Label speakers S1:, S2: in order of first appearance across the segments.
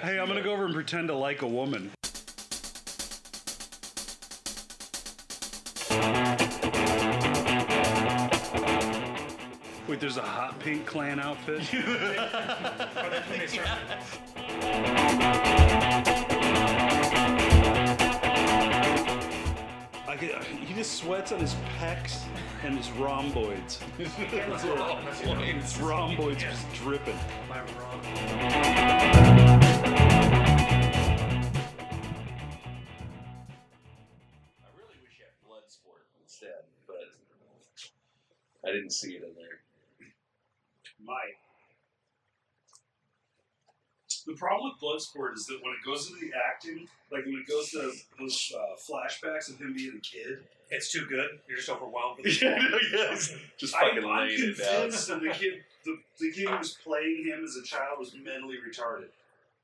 S1: Hey, I'm gonna go over and pretend to like a woman. Wait, there's a hot pink clan outfit. I get, he just sweats on his pecs and his rhomboids. His rhomboids just dripping.
S2: I really wish you had Bloodsport instead, but I didn't see it in there.
S3: My. The problem with Bloodsport is that when it goes to the acting, like when it goes to those uh, flashbacks of him being a kid,
S4: It's too good. You're just overwhelmed with it.
S2: yes. Just
S3: I,
S2: fucking
S3: I'm
S2: laying it down.
S3: convinced that the kid, the, the kid who was playing him as a child was mentally retarded.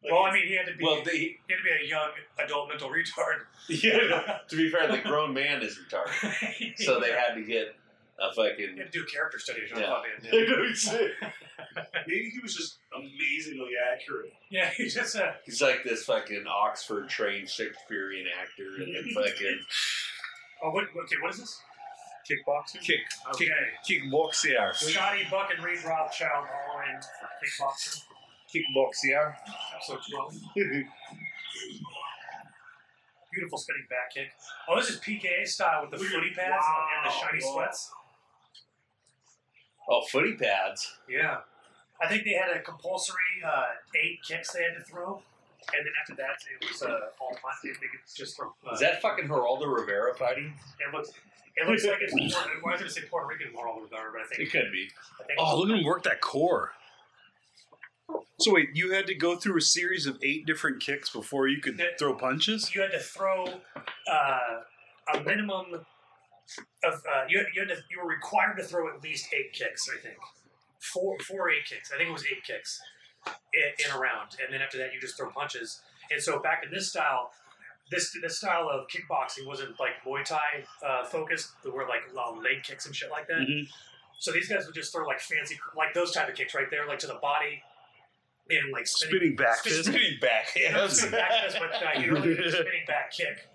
S3: Like,
S4: Well, I mean, he had to be
S2: Well, they,
S4: he had to be a young adult mental retard.
S2: yeah, to be fair, the grown man is retarded, so they had to get a
S4: he
S2: fucking.
S4: had to do character studies.
S2: Yeah.
S4: Yeah.
S3: maybe he was just amazingly accurate.
S4: yeah, he just uh,
S2: He's like this fucking Oxford trained Shakespearean actor, and then fucking
S4: oh, what, okay, what is this?
S5: Kickboxing? Kick,
S4: Okay,
S5: kickboxer.
S4: Scotty Buck and Reed Rothschild all in kickboxer.
S5: Kickboxer.
S4: Episode twelve. Beautiful spinning back kick. Oh, this is PKA style with the footy pads and the shiny
S3: Wow.
S4: sweats.
S2: oh footy pads.
S4: Yeah. I think they had a compulsory uh, eight kicks they had to throw, and then after that it was uh, all fun. They could just throw. Uh,
S2: Is that fucking Geraldo Rivera fighting?
S4: it looks. It looks like it's. Puerto, well, I was going to say Puerto Rican moral regard, but I
S2: It
S4: think.
S2: could be.
S4: I think
S1: Oh, look at him work that core. So wait, you had to go through a series of eight different kicks before you could
S4: That-
S1: throw punches?
S4: you had to throw uh, a minimum of. Uh, you, had, you, had to, you were required to throw at least eight kicks, I think. Four, four eight kicks. I think it was eight kicks in, in a round, and then after that, you just throw punches. And so back in this style, this this style of kickboxing wasn't like Muay Thai uh, focused. There were like a lot of leg kicks and shit like that.
S1: Mhm.
S4: So these guys would just throw like fancy, like those type of kicks right there, like to the body, and like spinning
S1: Spinning back fist.
S2: Spinning back
S4: not
S2: hands.
S4: spinning back fist, but uh, you know, like a spinning back kick.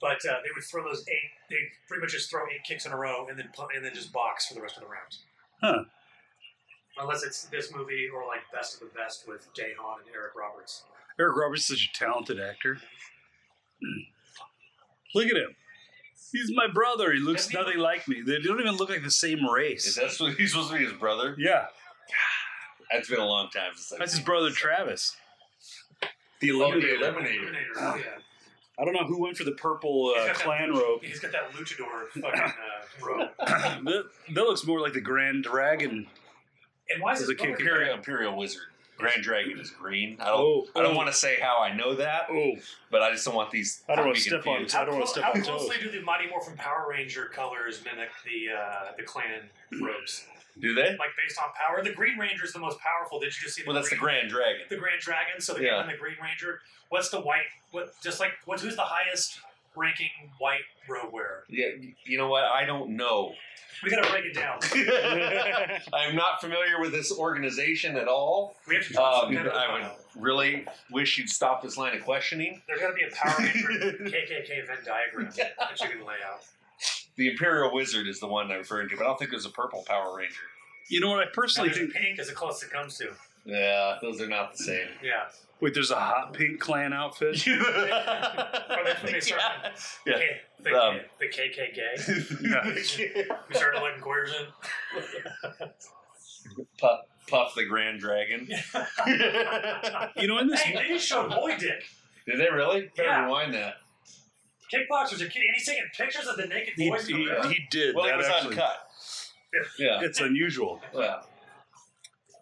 S4: But uh, they would throw those eight. They pretty much just throw eight kicks in a row, and then pu- and then just box for the rest of the round.
S1: Huh.
S4: Unless it's this movie or like Best of the Best with Jay Hahn and Eric Roberts.
S1: Eric Roberts is such a talented actor. Hmm. Look at him. He's my brother. He looks
S4: Doesn't he
S1: nothing like me. They don't even look like the same
S2: Is
S1: race.
S2: that supposed- he's supposed to be his brother?
S1: Yeah,
S2: That's been a long time since I've
S1: that's his
S2: seen
S1: brother Travis. The
S2: Oh, the
S1: eliminator.
S2: Eliminator.
S4: Terminator, oh, yeah.
S1: I don't know who went for the purple
S4: He's
S1: uh,
S4: got that
S1: clan
S4: luch-
S1: robe.
S4: He's got that luchador fucking uh, robe.
S1: that, that looks more like the Grand Dragon.
S4: And why is
S1: There's
S4: his
S1: a kick
S4: brother
S1: here.
S2: Imperial, Imperial Wizard. Grand Dragon is green. I don't,
S1: Oh,
S2: I don't
S1: oh.
S2: want to say how I know that,
S1: Oh,
S2: but I just don't want these.
S1: I don't
S2: want
S1: wanna step on
S4: How,
S1: I don't wanna
S4: clo-
S1: step
S4: how
S1: on toes.
S4: closely do the Mighty Morphin Power Ranger colors mimic the uh, the clan robes?
S2: Do they?
S4: Like based on power, the Green Ranger is the most powerful. Did you just see?
S2: Well, that's the Grand Dragon.
S4: the Grand Dragon, so the
S2: Yeah.
S4: and the Green Ranger. What's the white? What just like what's who's the highest ranking white robe wearer?
S2: Yeah, you know what? I don't know.
S4: We gotta break it down.
S2: I'm not familiar with this organization at all.
S4: We have to.
S2: Um, I would really wish you'd stop this line of questioning.
S4: There's gotta be a Power Ranger KKK Venn diagram that you can lay out.
S2: The Imperial Wizard is the one I'm referring to, but I don't think there's a purple Power Ranger.
S1: you know what? I
S4: Now,
S1: personally
S4: there's
S1: think.
S4: pink is the closest it comes to.
S2: Yeah, those are not the same.
S4: Yeah.
S1: Wait, there's a hot pink clan outfit.
S4: Or Oh, that's when they start.
S2: Yeah.
S4: K- The,
S2: Um,
S4: the KKK.
S1: Yeah.
S4: We started letting queers in.
S2: Puff, Puff the Grand Dragon.
S1: You know, in this
S4: Hey, they just showed boy dick.
S2: Did they really? Better
S4: Yeah.
S2: rewind that.
S4: Kickboxers are kidding. And he's taking pictures of the naked
S1: He,
S4: boys. in the
S1: he,
S4: mirror.
S1: he did.
S2: Well, it
S1: that
S2: was
S1: actually,
S2: uncut. Yeah.
S1: It's unusual.
S2: yeah.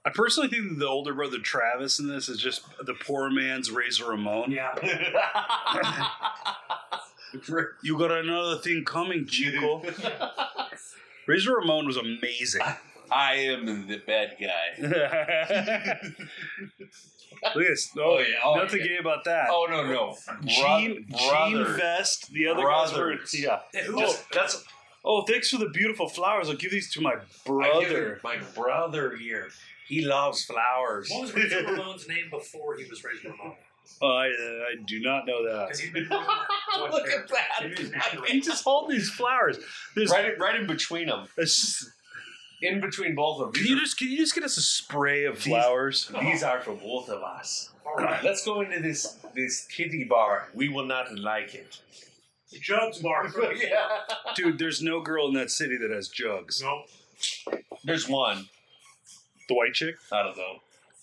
S1: I personally think that the older brother Travis in this is just the poor man's Razor Ramon.
S4: Yeah.
S1: You got another thing coming, Chico. Razor Ramon was amazing.
S2: I am the bad guy.
S1: Look at this.
S2: Oh,
S1: Oh,
S2: yeah. Oh,
S1: nothing
S2: yeah.
S1: gay about that.
S2: oh no, no.
S1: Gene,
S2: Bro-
S1: Gene
S2: brother.
S1: Vest, the other guys were,
S2: Brothers.
S1: yeah.
S4: And who
S2: Just, that's
S1: Oh, thanks for the beautiful flowers. I'll give these to my
S2: I give him-
S1: brother.
S2: my brother here. He loves flowers.
S4: What was Razor Ramon's name before he was Razor Ramon?
S1: Uh, I, I do not know that.
S4: Because he's been What
S2: Look at
S4: character? It is
S2: that.
S4: natural.
S1: He's just holding these flowers. There's,
S2: Right, right in between them.
S1: it's just-
S2: In between both of
S1: can
S2: them.
S1: you just can you just get us a spray of flowers?
S2: These are for both of us.
S4: All right.
S2: Let's go into this this kitty bar. We will not like it.
S4: Jugs bar.
S2: yeah.
S1: Dude, there's no girl in that city that has jugs.
S4: No.
S2: There's one.
S1: The white chick?
S2: I don't know.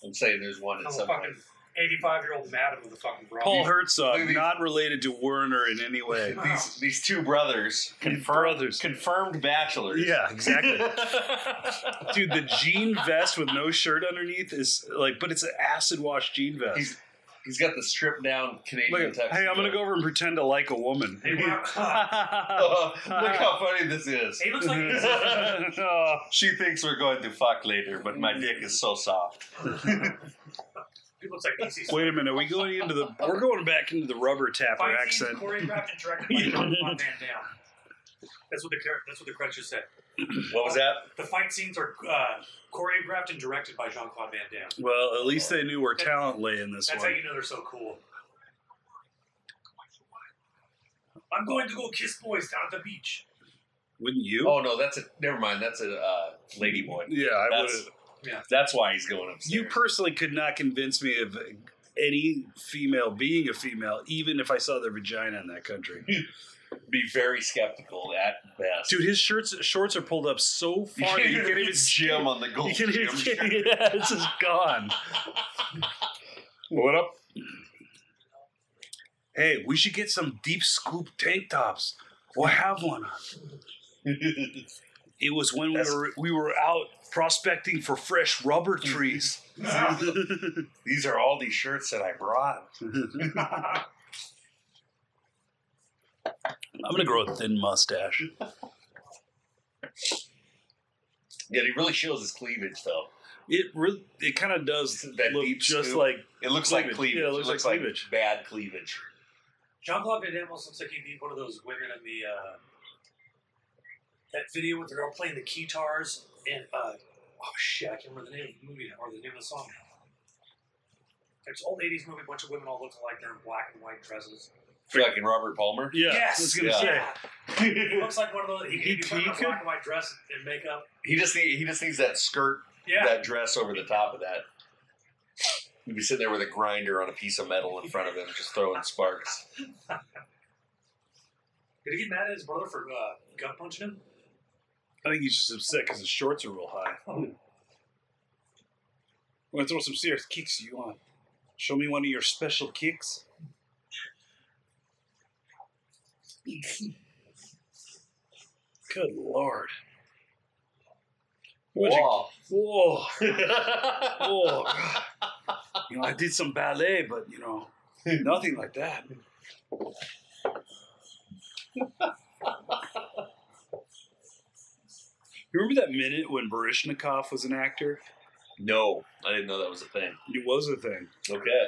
S2: I'm saying there's one
S4: I'm
S2: at
S4: a
S2: some
S4: fucking
S2: point.
S4: 85 year old madam with a fucking bra.
S1: Paul Herzog,
S2: Maybe-
S1: not related to Werner in any way.
S2: These, these two brothers, confirmed,
S1: Brothers.
S2: confirmed bachelors.
S1: Yeah, exactly. Dude, the jean vest with no shirt underneath is like, but it's an acid wash jean vest.
S2: He's- He's got the stripped down Canadian
S1: Look,
S2: tuxedo.
S1: hey, I'm gonna go over and pretend to like a woman.
S4: Hey, wow.
S1: Oh.
S2: Uh, look how funny this is.
S4: he looks like he's
S2: She thinks we're going to fuck later, but my dick is so soft.
S4: He looks like he's
S1: Wait a minute, are we going into the? We're going back into the rubber tapper
S4: fight
S1: accent.
S4: scenes choreographed and directed by Jean Claude Van Damme. That's what the char- that's what the credits just said.
S2: What was that?
S4: The fight scenes are uh, choreographed and directed by Jean Claude Van Damme.
S1: Well, at least they knew where talent lay in this
S4: That's how
S1: one.
S4: you know they're so cool. I'm going to go kiss boys down at the beach.
S1: Wouldn't you?
S2: Oh no, that's a never mind. That's a uh, lady boy.
S1: Yeah, I would.
S2: That's
S4: Yeah.
S2: that's why he's going upstairs.
S1: You personally could not convince me of any female being a female, even if I saw their vagina in that country.
S2: be very skeptical at best.
S1: Dude, his shirts shorts are pulled up so
S2: you
S1: far
S2: can't
S1: that you
S2: even
S1: can't even
S2: read Jim on the gold
S1: You can't
S2: Jim
S1: even
S2: shirt.
S1: yeah, it's just gone. what up? Hey, we should get some deep scoop tank tops. We'll have one. It was when we
S2: That's-
S1: were we were out prospecting for fresh rubber trees.
S2: These are all these shirts that I brought.
S1: I'm gonna grow a thin mustache.
S2: Yeah, he really shows his cleavage though.
S1: It really it kind of does
S2: That
S1: look
S2: deep
S1: just
S2: scoop.
S1: like
S2: It looks like
S1: Cleavage.
S2: cleavage.
S1: Yeah, it looks like
S2: like
S1: cleavage.
S2: Bad cleavage.
S4: Jean Claude Van Damme almost looks like he'd be one of those women in the uh, that video with the girl playing the guitars and uh, oh shit, I can't remember the name of the movie now, or the name of the song. now. It's old eighties movie, a bunch of women all look alike. They're in black and white dresses.
S2: Fucking Robert Palmer.
S1: yeah.
S4: yes,
S1: I was gonna
S2: Yeah.
S1: say
S4: he looks like one of those. He,
S1: He-
S4: he, he,
S1: he
S4: in a
S1: could-
S4: black and white dress and makeup.
S2: He just need, he just needs that skirt,
S4: Yeah,
S2: that dress over the top of that. He'd be sitting there with a grinder on a piece of metal in front of him, just throwing sparks.
S4: did he get mad at his brother for uh, gut punching him?
S1: I think he's just upset because his shorts are real high. I'm gonna throw some serious kicks you on. Show me one of your special kicks. Good lord. What'd you-
S2: Wow.
S1: Whoa. Whoa. God. You know, I did some ballet, but you know, nothing like that. You remember that minute when Barishnikov was an actor?
S2: No, I didn't know that was a thing.
S1: It was a thing.
S2: Okay.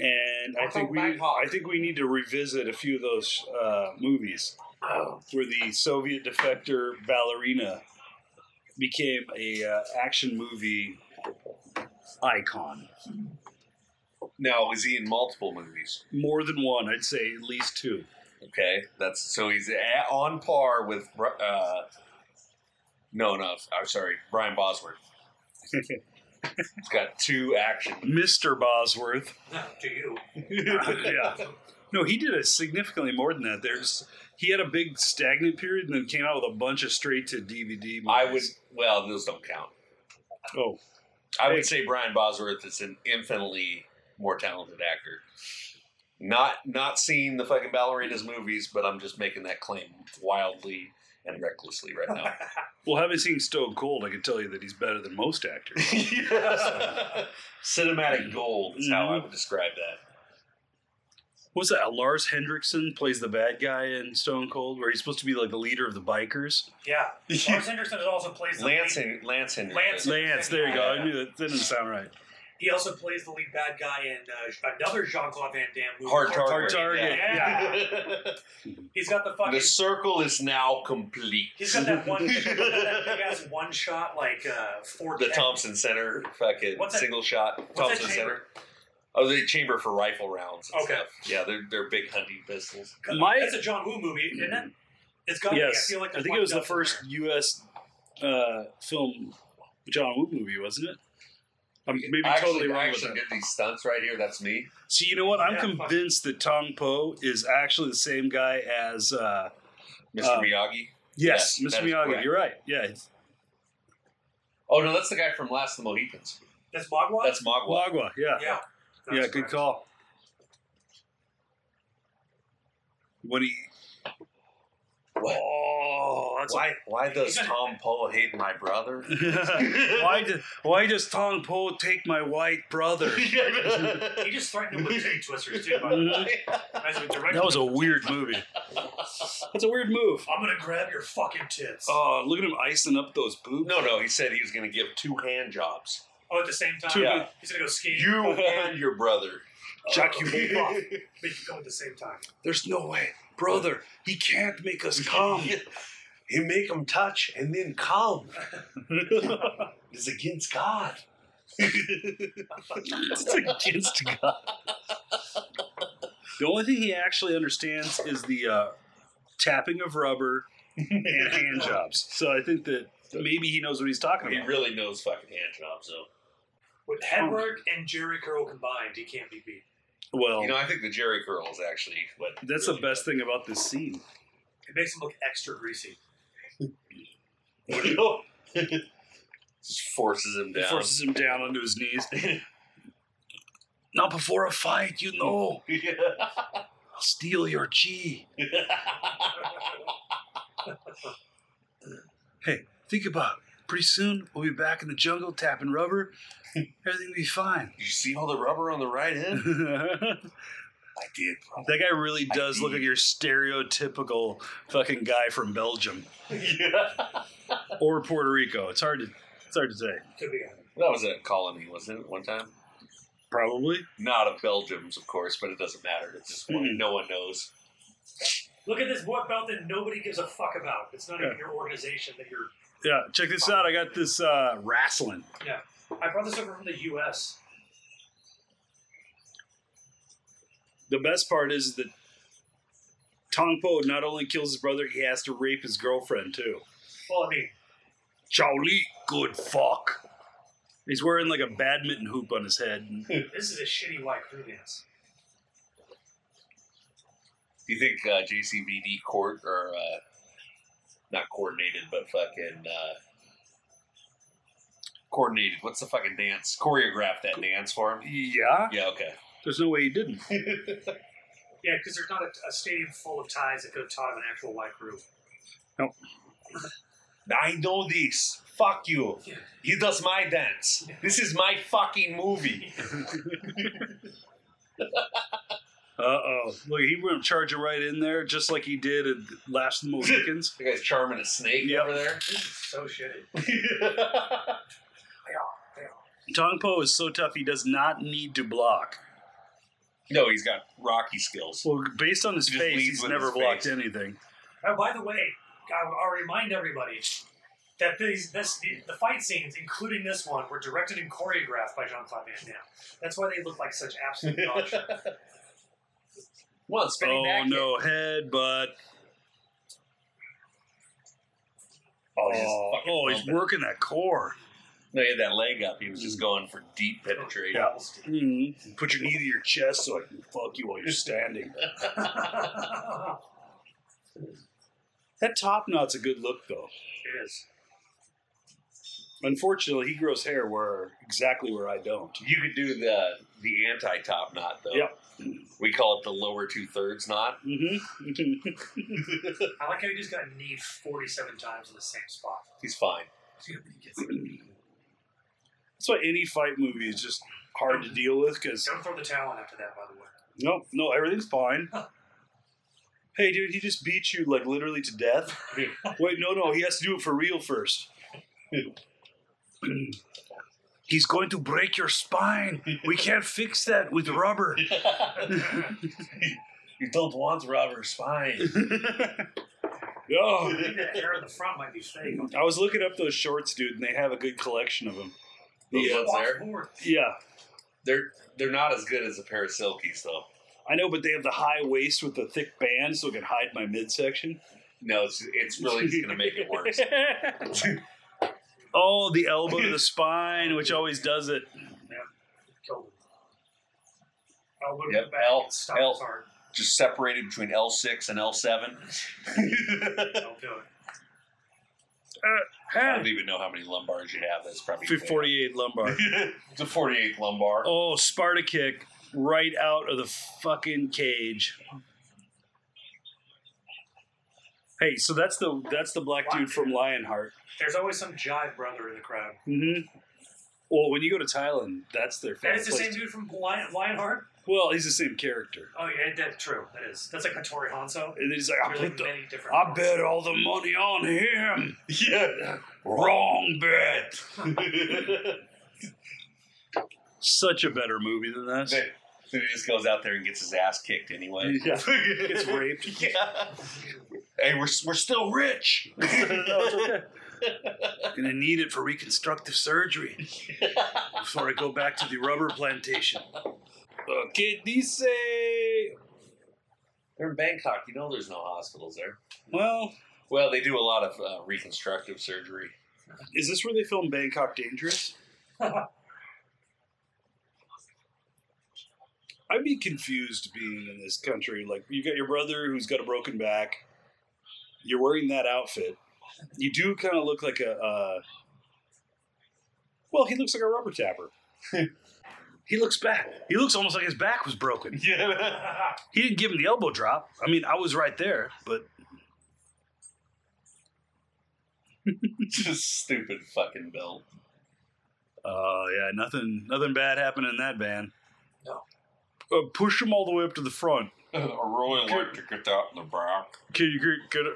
S1: and I
S4: Uncle
S1: think we
S4: Nighthawk.
S1: I think we need to revisit a few of those uh, movies where the Soviet defector ballerina became a uh, action movie icon.
S2: Now is he in multiple movies?
S1: More than one, I'd say at least two.
S2: Okay, that's so he's a on par with. Uh, no, no, I'm sorry, Brian Bosworth. he's got two action.
S1: Mr. Bosworth.
S4: to you.
S1: yeah. No, he did it significantly more than that. There's he had a big stagnant period and then came out with a bunch of straight to DVD movies.
S2: I would. Well, those don't count.
S1: Oh,
S2: I would say Brian Bosworth is an infinitely more talented actor. Not not seeing the fucking ballerinas movies, but I'm just making that claim wildly and recklessly right now.
S1: well, having seen Stone Cold, I can tell you that he's better than most actors.
S2: Cinematic gold is how I would describe that.
S1: What's that? Lars Hendrickson plays the bad guy in Stone Cold, where he's supposed to be like the leader of the bikers.
S4: Yeah, Lars Henderson also plays the
S2: Lance
S4: lead-
S2: and Lance and
S4: Lance-
S1: Lance, there you go. I knew that, that didn't sound right.
S4: He also plays the lead bad guy in uh, another Jean Claude Van Damme movie.
S2: Hard Target.
S1: Hard Target.
S4: Yeah. He's got the fucking.
S2: the circle is now complete.
S4: He's got that one. he's got that big ass one shot like uh, four.
S2: The Thompson Center, fucking
S4: What's that-
S2: single shot
S4: What's that
S2: Thompson
S4: chamber?
S2: Center. Oh, they chamber for rifle rounds. And
S4: Okay.
S2: Stuff. Yeah, they're they're big hunting pistols.
S1: My
S4: That's a John Woo movie, isn't it? It's got.
S1: yes,
S4: I feel like
S1: I think it was the first U.S. Uh, film John Woo movie, wasn't it? I'm maybe
S2: I actually,
S1: totally
S2: I
S1: wrong with
S2: actually
S1: that.
S2: did these stunts right here. That's me.
S1: See, you know what? I'm
S4: Yeah, fuck.
S1: convinced that Tong Po is actually the same guy as uh,
S2: Mr.
S1: Um,
S2: Miyagi.
S1: yes,
S2: Yes,
S1: Mr.
S2: that is
S1: Miyagi.
S2: correct.
S1: You're right. Yeah,
S2: Oh no, that's the guy from Last of the Mohicans.
S4: That's Mogwai.
S2: That's Mogwai.
S1: Wagwa. Yeah,
S4: yeah.
S1: yeah.
S4: That's
S1: Good
S4: correct.
S1: call. When he
S2: What?
S1: oh, that's
S2: Why? Why does Tom Poe hate my brother?
S1: why did why does Tong Po take my white brother?
S4: He just threatened him with tongue twisters too. By the way. As a direct-
S1: That was a weird movie. That's a weird move.
S4: I'm gonna grab your fucking tits.
S1: Oh, look at him icing up those boobs.
S2: no, no. He said he was going to give two hand jobs.
S4: oh, at the same time,
S1: Two-
S2: Yeah.
S4: he's gonna go Oh, skiing.
S2: You and your brother.
S1: Jack, you
S4: Fuck. But you go at the same time.
S1: There's no way, brother. He can't make us come.
S2: You make them touch and then come. it's against God.
S1: it's against God. The only thing he actually understands is the uh, tapping of rubber and hand jobs. So I think that maybe he knows what he's talking
S2: He
S1: about.
S2: really knows fucking hand jobs, though.
S4: With headwork and Jerry curl combined, he can't be beat.
S1: Well,
S2: You know, I think the Jerry curl is actually what.
S1: that's the
S2: really-
S1: best thing about this scene.
S4: It makes him look extra greasy.
S2: Just forces him
S1: It
S2: down.
S1: forces him down onto his knees. Not before a fight, you know. I'll steal your chi. hey, think about it. Pretty soon, we'll be back in the jungle tapping rubber. Everything will be fine.
S2: you see all the rubber on the right end?
S1: that
S2: I did, bro.
S1: guy really
S2: I
S1: does look
S2: did.
S1: like your stereotypical fucking guy from Belgium or Puerto Rico. It's hard to it's hard to say.
S4: Could be.
S2: That was a colony, wasn't it? One time,
S1: Probably.
S2: not of Belgium's, of course, but it doesn't matter. It's just one. No one knows.
S4: Look at this what belt that nobody gives a fuck about. It's not even your organization that you're.
S1: Yeah, check this out. I got this uh wrestling.
S4: I brought this over from the U.S.
S1: the best part is that Tong Po not only kills his brother, he has to rape his girlfriend too.
S4: Well, I mean,
S1: Chao Li, good fuck. He's wearing like a badminton hoop on his head.
S4: this is a shitty white crew dance.
S2: Do you think uh, JCVD court or uh, not coordinated, but fucking uh, coordinated? What's the fucking dance? Choreographed that dance for him?
S1: Yeah,
S2: Yeah, okay.
S1: there's no way he didn't.
S4: Yeah, because there's not a, a stadium full of ties that could have taught him an actual white crew.
S2: I know this. Fuck you. He does my dance. This is my fucking movie.
S1: Uh oh. Look, he went charging right in there, just like he did at Last of the Mohicans.
S2: The guy's charming a snake
S1: Yep.
S2: over there.
S4: This is so shitty.
S1: Tong Po is so tough, he does not need to block.
S2: no, he's got Rocky skills.
S1: Well, based on his
S2: He just
S1: face,
S2: leads
S1: he's
S2: with
S1: never
S2: his
S1: blocked
S2: face.
S1: anything.
S4: And by the way, I, I'll remind everybody that these this the fight scenes, including this one, were directed and choreographed by Jean Claude Van Damme. That's why they look like such absolute dog shit.
S2: Well,
S1: Oh
S2: spinning back kick.
S1: no, head, but
S2: Oh, he's,
S1: oh,
S2: fucking
S1: oh, he's
S2: pumping.
S1: working that core.
S2: No, he had that leg up. He was just going for deep penetration.
S1: Yeah. Mm-hmm. Put your knee to your chest so I can fuck you while you're standing.
S4: it
S1: That top knot's a good look, though.
S4: is.
S1: Unfortunately, he grows hair where exactly where I don't.
S2: You could do the the anti top knot though.
S1: Yep.
S2: We call it the lower two thirds knot.
S1: Mm-hmm.
S4: I like how he just got kneed 47 times in the same spot.
S2: He's fine.
S1: That's why any fight movie is just hard to deal with because
S4: Don't throw the towel in after that, by the way.
S1: no, no, everything's fine. Hey, dude, he just beat you like literally to death. Wait, no, no, he has to do it for real first. He's going to break your spine. We can't fix that with rubber.
S2: you don't want rubber spine.
S1: Oh,
S4: I think that hair in the front might be fake.
S1: I was looking up those shorts, dude, and they have a good collection of them.
S2: Those
S1: Yeah.
S2: ones there.
S4: Watch more.
S1: Yeah,
S2: They're they're not as good as a pair of silkies though.
S1: I know, but they have the high waist with the thick band, so it can hide my midsection.
S2: No, it's it's really just gonna make it worse.
S1: Oh, the elbow to the spine, which always does it.
S4: Killed him. I'll look
S2: Yep,
S4: back
S2: L-
S4: and stop
S2: L.
S4: his heart.
S2: Just separated between L six and L seven.
S4: I'll do it.
S2: I
S1: Ah,
S2: don't even know how many lumbars you have. That's probably
S1: Forty-eight lumbar.
S2: the forty eighth lumbar.
S1: Oh, Sparta kick right out of the fucking cage. Hey, so that's the that's the black dude from Lionheart.
S4: There's always some jive brother in the crowd.
S1: Mm-hmm. Well, when you go to Thailand, that's their
S4: That
S1: favorite
S4: is the
S1: place.
S4: same dude from Lion, Lionheart?
S1: Well, he's the same character.
S4: Oh, yeah, that's true. That is. That's like Hattori Hanzo.
S1: And he's like, I,
S4: There's
S1: put
S4: like
S1: the,
S4: many different
S1: I bet all the money on him.
S2: Yeah.
S1: Wrong bet. Such a better movie than this.
S2: Then then he just goes out there and gets his ass kicked anyway.
S1: Yeah. Gets raped.
S2: Yeah. Hey, we're, we're still rich.
S1: Gonna need it for reconstructive surgery before I go back to the rubber plantation. Uh, Okay, dice.
S2: They're in Bangkok. You know, there's no hospitals there.
S1: Well,
S2: Well, they do a lot of uh, reconstructive surgery.
S1: is this where they filmed Bangkok Dangerous? I'd be confused being in this country. Like, you got your brother who's got a broken back. You're wearing that outfit. You do kind of look like a. Uh, well, he looks like a rubber tapper. he looks back. He looks almost like his back was broken.
S2: Yeah.
S1: He didn't give him the elbow drop. I mean, I was right there, but
S2: Just stupid fucking bill.
S1: uh, yeah, nothing, nothing bad happened in that van.
S4: No.
S1: Uh, push him all the way up to the front.
S2: I really like to get that in the back.
S1: Can you get get,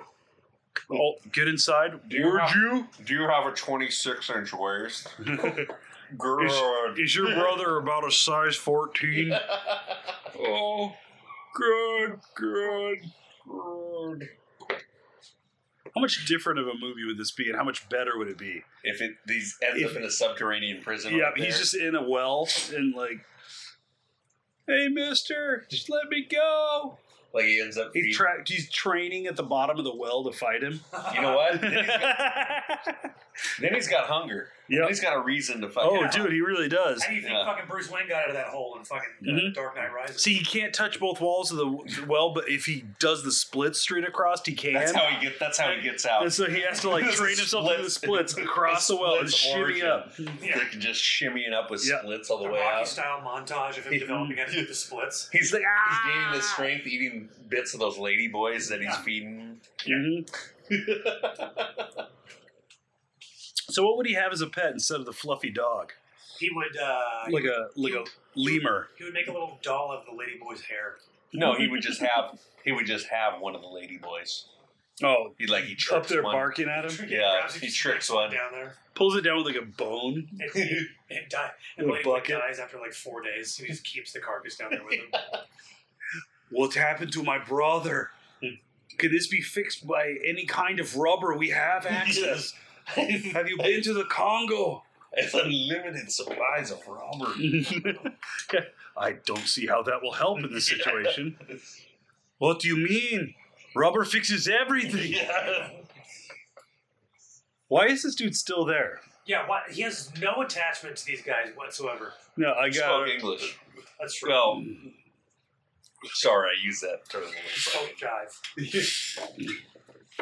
S1: all, get inside?
S2: Do you
S1: Would
S2: have-
S1: you?
S2: Do you have a 26 inch waist?
S1: Good. Is your brother about a size fourteen?
S2: oh, good, good, good.
S1: How much different of a movie would this be, and how much better would it be?
S2: If it these ends
S1: If-
S2: up in a subterranean prison,
S1: yeah,
S2: right
S1: he's
S2: there.
S1: just in a well and like, hey, Mister, just let me go.
S2: like he ends up.
S1: He
S2: feed-
S1: tra- he's training at the bottom of the well to fight him.
S2: you know what? Then he's got,
S1: yeah.
S2: then he's got hunger. Then he's got a reason to fucking.
S1: Oh, dude, he really does.
S4: How do you think
S2: Yeah.
S4: fucking Bruce Wayne got out of that hole in fucking uh,
S1: Mhm.
S4: Dark Knight Rises?
S1: See, he can't touch both walls of the well, but if he does the split straight across, he can.
S2: That's how he get. That's how he gets out.
S1: and so he has to like train himself through the
S2: Splits.
S1: splits across the well and
S2: Splits
S1: shimmy
S2: origin.
S1: up.
S4: Yeah.
S2: They can just shimmying up with
S1: Yeah.
S2: splits all
S4: the
S2: the way
S4: Rocky
S2: out.
S4: style montage of him
S2: Yeah.
S4: developing how to do the splits.
S2: He's like he's gaining
S1: "Ah."
S2: his strength, eating bits of those lady boys that he's
S4: Yeah.
S2: feeding.
S1: Mhm. So, what would he have as a pet instead of the fluffy dog?
S4: He would uh,
S1: Like a like a lemur.
S4: he would make a little doll of the ladyboy's hair.
S2: No, he would just have he would just have one of the lady boys.
S1: Oh,
S2: He like he
S1: up
S2: trips
S1: there
S2: one.
S1: barking at him,
S2: Yeah,
S4: Perhaps
S2: he
S4: just
S2: tricks
S4: sticks it
S2: one.
S4: down there.
S1: pulls it down with like a bone.
S4: And, and die. And
S1: With a
S4: Ladyboy
S1: bucket.
S4: dies after like four days. He just keeps the carcass down there with him.
S1: What happened to my brother? Could this be fixed by any kind of rubber we have access? Have you been to the Congo?
S2: It's unlimited supplies of rubber.
S1: I don't see how that will help in this situation. What do you mean? Rubber fixes everything. Why is this dude still there?
S4: Yeah, why, he has no attachment to these guys whatsoever.
S1: No, I
S2: He
S1: got
S2: spoke English.
S4: That's true.
S2: Well, sorry, I used that term. a little
S4: Oh, jive.
S2: bit.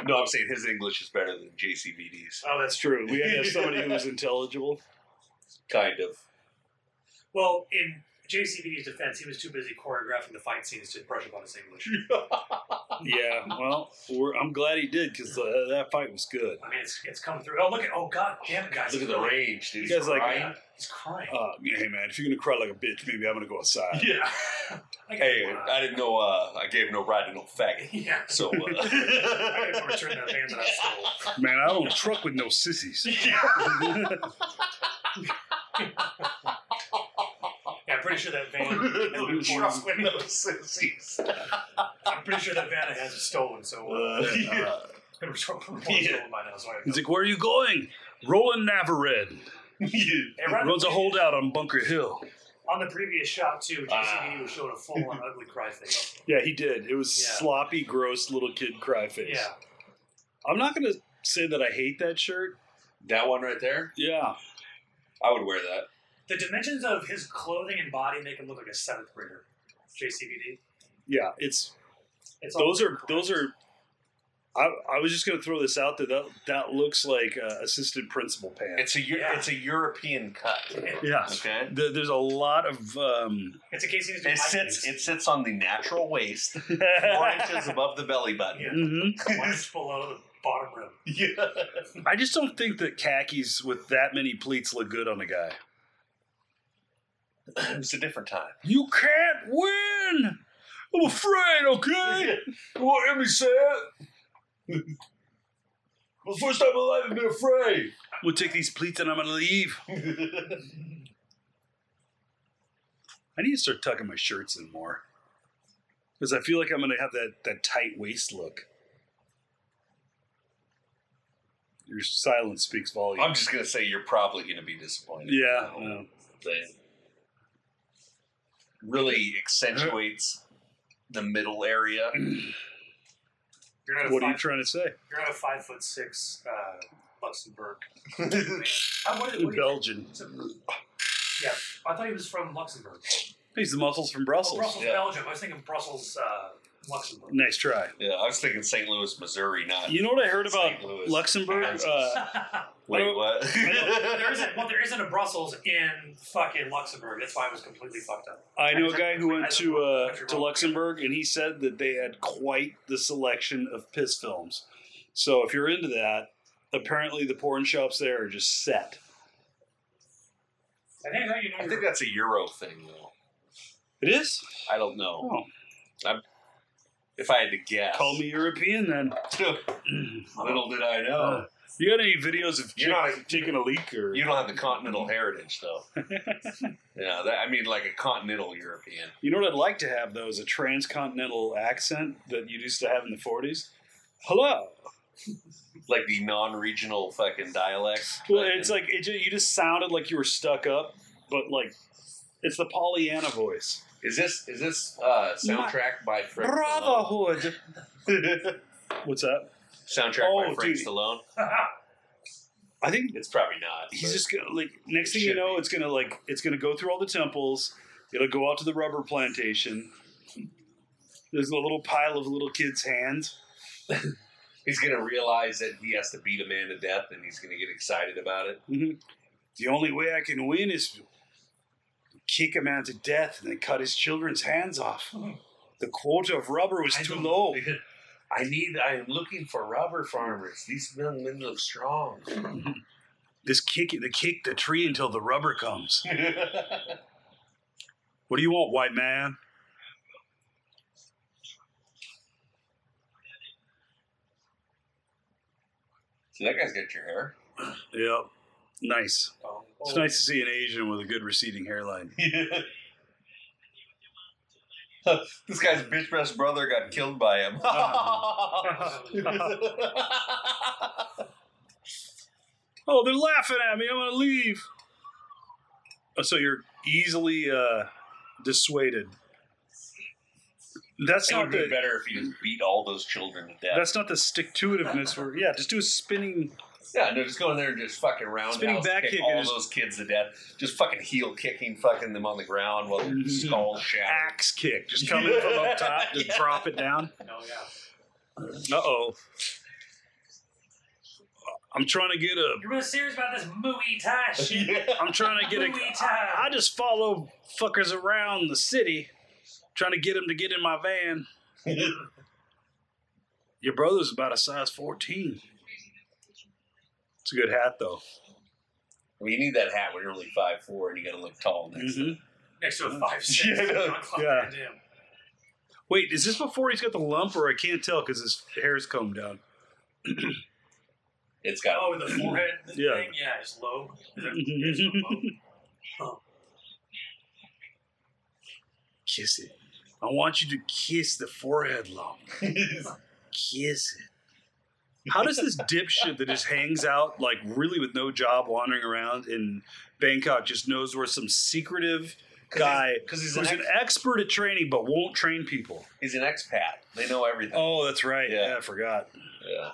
S2: No, I'm saying his English is better than JCVD's.
S4: Oh, that's
S1: It's true. We had to have somebody who was intelligible.
S2: Kind of.
S4: Well, in JCVD's defense, he was too busy choreographing the fight scenes to brush up on his English.
S1: Yeah, well, we're, I'm glad he did because uh, that fight was good.
S4: I mean, it's it's coming through. Oh, look at oh god, damn it, guys!
S2: Look at the range, dude.
S1: You guys like-
S2: Crying.
S4: Yeah, He's crying.
S1: Uh, hey, man, if you're going to cry like a bitch, maybe I'm going to go outside.
S4: yeah. I gotta
S2: Hey,
S4: go out.
S2: I didn't know. Uh, I gave no ride to no faggot.
S4: yeah.
S2: So uh,
S4: I gotta go return that van that I stole.
S1: Man, I don't truck with no sissies.
S4: Yeah, I'm pretty sure that van. has been
S2: Truck
S4: stolen.
S2: sissies.
S4: I'm pretty sure that van has been stolen. So
S1: Uh,
S4: uh,
S1: uh,
S4: it was stolen
S2: Yeah.
S4: by now. So I
S1: he's like, Where are you going? Rolling Navared.
S4: Hey, Rodney,
S1: Runs a holdout on Bunker Hill.
S4: On the previous shot too, JCD
S2: Ah.
S4: was showing a full on ugly cry face.
S1: Yeah, he did. It was
S4: Yeah.
S1: sloppy, gross little kid cry face.
S4: Yeah.
S1: I'm not gonna say that I hate that shirt.
S2: That one right there,
S1: Yeah.
S2: I would wear that.
S4: The dimensions of his clothing and body make him look like a seventh grader. JCBD.
S1: Yeah. It's
S4: It's all
S1: those are
S4: correct.
S1: those are I, I was just gonna throw this out there. That that looks like uh, assistant principal pants.
S2: It's a Eu-
S4: Yeah.
S2: it's a European cut.
S1: yeah.
S2: Okay.
S1: There- There's a lot of um,
S4: It's a case he needs to
S2: It
S4: do high
S2: sits
S4: knees.
S2: it sits on the natural waist, four inches above the belly button.
S4: Yeah.
S1: Mhm.
S4: One inch below the bottom rim.
S2: Yeah.
S1: I just don't think that khakis with that many pleats look good on a guy.
S2: It was a different time.
S1: You can't win. I'm afraid. Okay.
S2: What Emmy said. the first time alive I've been afraid.
S1: we'll take these pleats and I'm gonna leave. I need to start tucking my shirts in more because I feel like I'm gonna have that that tight waist look. Your silence speaks volumes.
S2: I'm just gonna say you're probably gonna be disappointed.
S1: yeah. no.
S2: That really accentuates the middle area.
S4: You're not a
S1: What are
S4: five,
S1: you trying to say?
S4: you? are not a five foot six uh, Luxembourg.
S6: How, what, what,
S1: Belgian.
S4: I thought he was from Luxembourg.
S1: He's the muscles from
S4: Oh,
S1: Brussels.
S4: Brussels,
S2: yeah.
S4: Belgium. I was thinking Brussels, uh, Luxembourg.
S1: Nice try.
S2: Yeah, I was thinking St. Louis, Missouri, not
S1: You know what I heard about
S2: St. Louis.
S1: Luxembourg? Uh, I
S2: Wait,
S1: don't-
S2: what?
S4: there isn't well, there isn't a Brussels in fucking Luxembourg. That's why I was completely fucked up.
S1: I know a guy who went to uh, to Luxembourg, and he said that they had quite the selection of piss films. So if you're into that, apparently the porn shops there are just set.
S4: I think how you know.
S2: I
S4: you're-
S2: think that's a Euro thing, though.
S1: It is.
S2: I don't know.
S1: Oh,
S2: If I had to guess,
S1: call me European then.
S2: Little did I know.
S1: Uh, you got any videos of
S2: You're
S1: chick- taking a leak or?
S2: you don't have the continental heritage, though. yeah, that, I mean, like a continental European.
S1: You know what I'd like to have though is a transcontinental accent that you used to have in the '40s. Hello.
S2: like the non-regional fucking dialects.
S1: Well, it's like it, ju- you just sounded like you were stuck up, but like it's the Pollyanna voice.
S2: is this is this uh, soundtrack by Frank Stallone?
S1: Brotherhood. What's that?
S2: Soundtrack by
S1: Oh,
S2: Frank
S1: dude.
S2: Stallone?
S1: I think
S2: It's probably not.
S1: he's
S2: but-
S1: just gonna like next
S2: It
S1: thing you
S2: should
S1: know,
S2: be.
S1: it's gonna like it's gonna go through all the temples. It'll go out to the rubber plantation. There's a little pile of little kids' hands.
S2: he's gonna realize that he has to beat a man to death, and he's gonna get excited about it.
S1: The only way I can win is kick a man to death and then cut his children's hands off. The quota of rubber was
S2: I
S1: too
S2: don't-
S1: low.
S2: I need. I am looking for rubber farmers. These young men look strong.
S1: This kick, the kick the tree until the rubber comes. What do you want, white man?
S2: So that guy's got your hair.
S1: Yep, nice.
S4: Oh,
S1: It's nice to see an Asian with a good receding hairline.
S2: this guy's bitch ass brother got killed by him.
S1: Oh, they're laughing at me. I'm going to leave. Oh, So you're easily uh, dissuaded. That's
S2: it would
S1: not
S2: be
S1: the
S2: better if he just beat all those children to death.
S1: that's not the stick to itiveness. Where yeah, just do a spinning.
S2: yeah, no, just go in there and just fucking
S1: Spinning
S2: roundhouse
S1: back
S2: kick
S1: kick
S2: all
S1: and just-
S2: those kids to death. Just fucking heel kicking, fucking them on the ground while their skulls shatter.
S1: axe kick. Just come in from up top, just drop it down.
S4: no, Oh, yeah.
S1: Uh oh. I'm trying to get a.
S4: You're really serious about this Muay Thai shit.
S1: I'm trying to get a.
S4: Muay Thai.
S1: I just follow fuckers around the city, trying to get them to get in my van. Your brother's about a size 14. It's a good hat, though.
S2: Well, you need that hat when you're only five four and you gotta look tall next to
S1: Mhm.
S4: Next to a five six.
S2: Yeah, no,
S1: yeah.
S4: Damn.
S1: Wait, is this before he's got the lump, or I can't tell because his hair's combed down?
S2: It's got
S4: Oh, with the forehead
S1: Yeah.
S4: thing. Yeah, it's low. Is that- is it low?
S1: Kiss it. I want you to kiss the forehead lump. kiss it. How does this dipshit that just hangs out, like really with no job, wandering around in Bangkok, just knows where some secretive guy
S2: because he's,
S1: who's
S2: an,
S1: an
S2: ex-
S1: expert at training but won't train people.
S2: he's an expat. They know everything.
S1: Oh, that's right.
S2: Yeah.
S1: Yeah, I forgot.
S2: Yeah.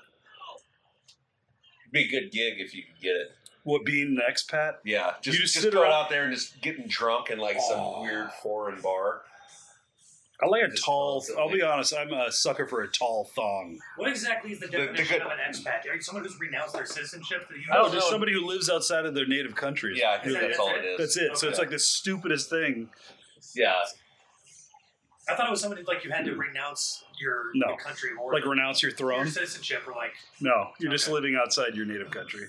S2: Be a good gig if you could get it.
S1: What being an expat?
S2: Yeah, just,
S1: just
S2: just,
S1: sit
S2: going
S1: around-
S2: out there and just getting drunk in like
S1: Oh.
S2: some weird foreign bar.
S1: I like a
S2: Just
S1: tall. I'll
S2: constantly.
S1: be honest. I'm a sucker for a tall thong.
S4: What exactly is the
S2: the
S4: definition
S2: good-
S4: of an expat? Are you someone who's renounced their citizenship to the U.S.?
S2: I don't
S1: Oh, just
S2: know.
S1: somebody who lives outside of their native country.
S2: Yeah, I think
S4: Is that-
S2: that's all it is.
S1: That's it. So it's
S2: Okay.
S1: like the stupidest thing.
S2: Yeah,
S4: I thought it was somebody like you had to renounce your
S1: No.
S4: the country or
S1: Like renounce your
S4: your
S1: throne.
S4: citizenship or like
S1: No, you're just
S4: Okay.
S1: living outside your native country.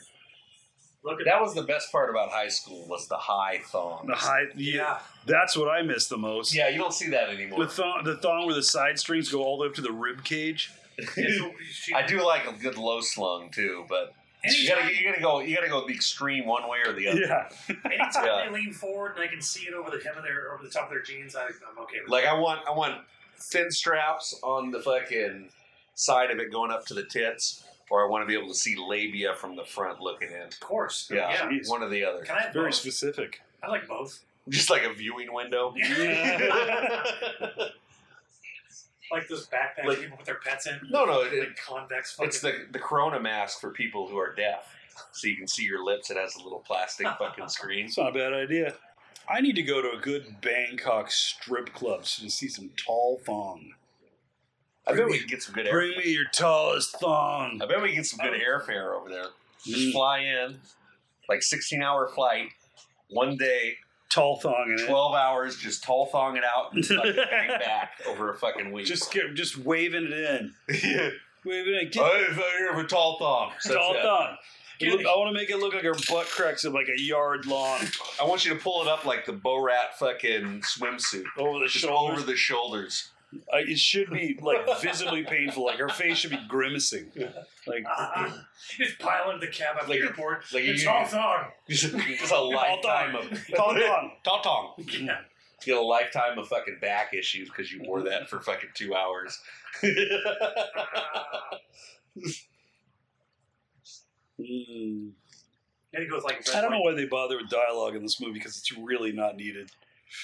S4: look at
S2: that was the best part about high school was the high thongs.
S1: The high. Yeah,
S4: Yeah,
S1: that's what I miss the most.
S2: Yeah, you don't see that anymore.
S1: The thong, the thong where the side strings go all the way up to the rib cage.
S4: Yeah, so she-
S2: I do like a good low slung too, but you gotta
S4: anytime,
S2: you gotta go you gotta go the extreme one way or the other.
S4: anytime
S2: Yeah.
S4: they lean forward and I can see it over the hem of their over the top of their jeans, I, I'm okay with
S2: Like I want I want thin straps on the fucking side of it going up to the tits, or I want to be able to see labia from the front looking in.
S4: it. Of course.
S2: Yeah,
S1: Jeez.
S2: one or the other.
S4: Can I have
S1: Very
S4: both?
S1: specific.
S4: I like both.
S2: Just like a viewing window.
S4: like those backpacks
S2: Like-
S4: people put their pets in.
S2: No, no, it-
S4: like convex. Fucking,
S2: It's the the Corona mask for people who are deaf, so you can see your lips. It has a little plastic fucking screen.
S1: It's not a bad idea. I need to go to a good Bangkok strip club so to see some tall thong.
S2: I bet we can get some good air.
S1: Bring me your tallest thong.
S2: I bet we can get some good airfare over there. Just fly in, like sixteen hour flight, one day,
S1: Tall thong in it.
S2: twelve hours, just tall thong it out and fucking bang back over a fucking week.
S1: Just get, just waving it in.
S2: yeah.
S1: Waving it in. Get
S2: I'm here for tall thong. So Oh, uh, that's
S1: tall
S2: it.
S1: thong. You look- I want to make it look like her butt cracks up like a yard long
S2: I want you to pull it up like the Bo Rat fucking swimsuit.
S1: over the
S2: Just
S1: shoulders.
S2: over the shoulders.
S1: Uh, it should be like visibly painful. Like her face should be grimacing. Like
S4: Ah, just pile into the cab at the
S2: Like-
S4: airport.
S2: Like
S4: It's
S2: you-
S4: all thong.
S2: Just, just a lifetime of
S1: tall thong.
S2: Tong Tong.
S4: Yeah.
S2: Get a lifetime of fucking back issues because you wore that for fucking two hours.
S4: Ah.
S1: Mm.
S4: and it goes like.
S1: I don't know why they bother with dialogue in this movie because it's really not needed.